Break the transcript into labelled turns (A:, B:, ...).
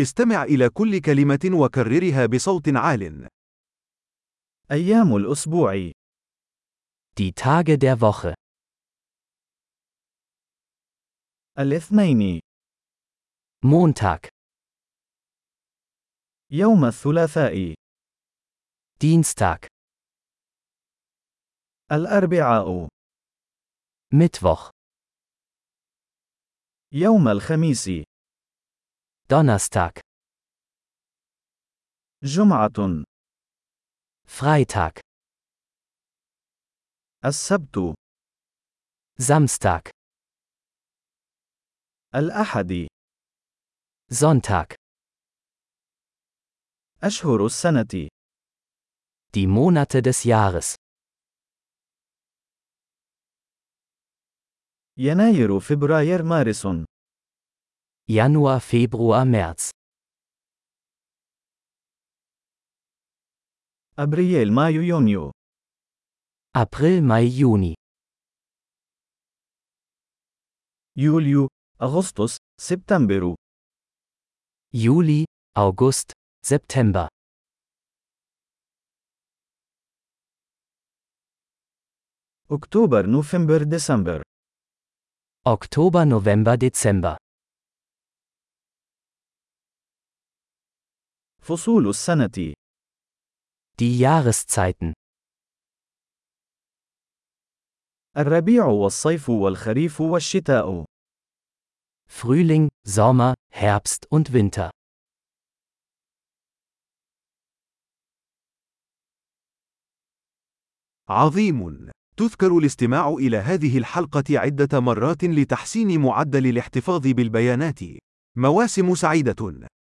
A: استمع إلى كل كلمة وكررها بصوت عال.
B: أيام الأسبوع
C: Die Tage der Woche.
B: الاثنين
C: Montag,
B: يوم الثلاثاء
C: Dienstag,
B: الأربعاء
C: Mittwoch,
B: يوم الخميس
C: Donnerstag,
B: جمعة
C: Freitag,
B: السبت
C: Samstag,
B: الأحد
C: Sonntag.
B: أشهر السنة
C: Die Monate des Jahres.
B: يناير فبراير مارس
C: Januar, Februar, März.
B: أبريل مايو يونيو
C: April, Mai, Juni.
B: يوليو أغسطس سبتمبر
C: Juli, August, September.
B: أكتوبر نوفمبر ديسمبر
C: Oktober, November, Dezember.
B: فصول السنة
C: Die Jahreszeiten.
B: الربيع والصيف والخريف والشتاء
C: Frühling, Sommer, Herbst und Winter.
A: عظيم! تذكر الاستماع إلى هذه الحلقة عدة مرات لتحسين معدل الاحتفاظ بالبيانات. مواسم سعيدة!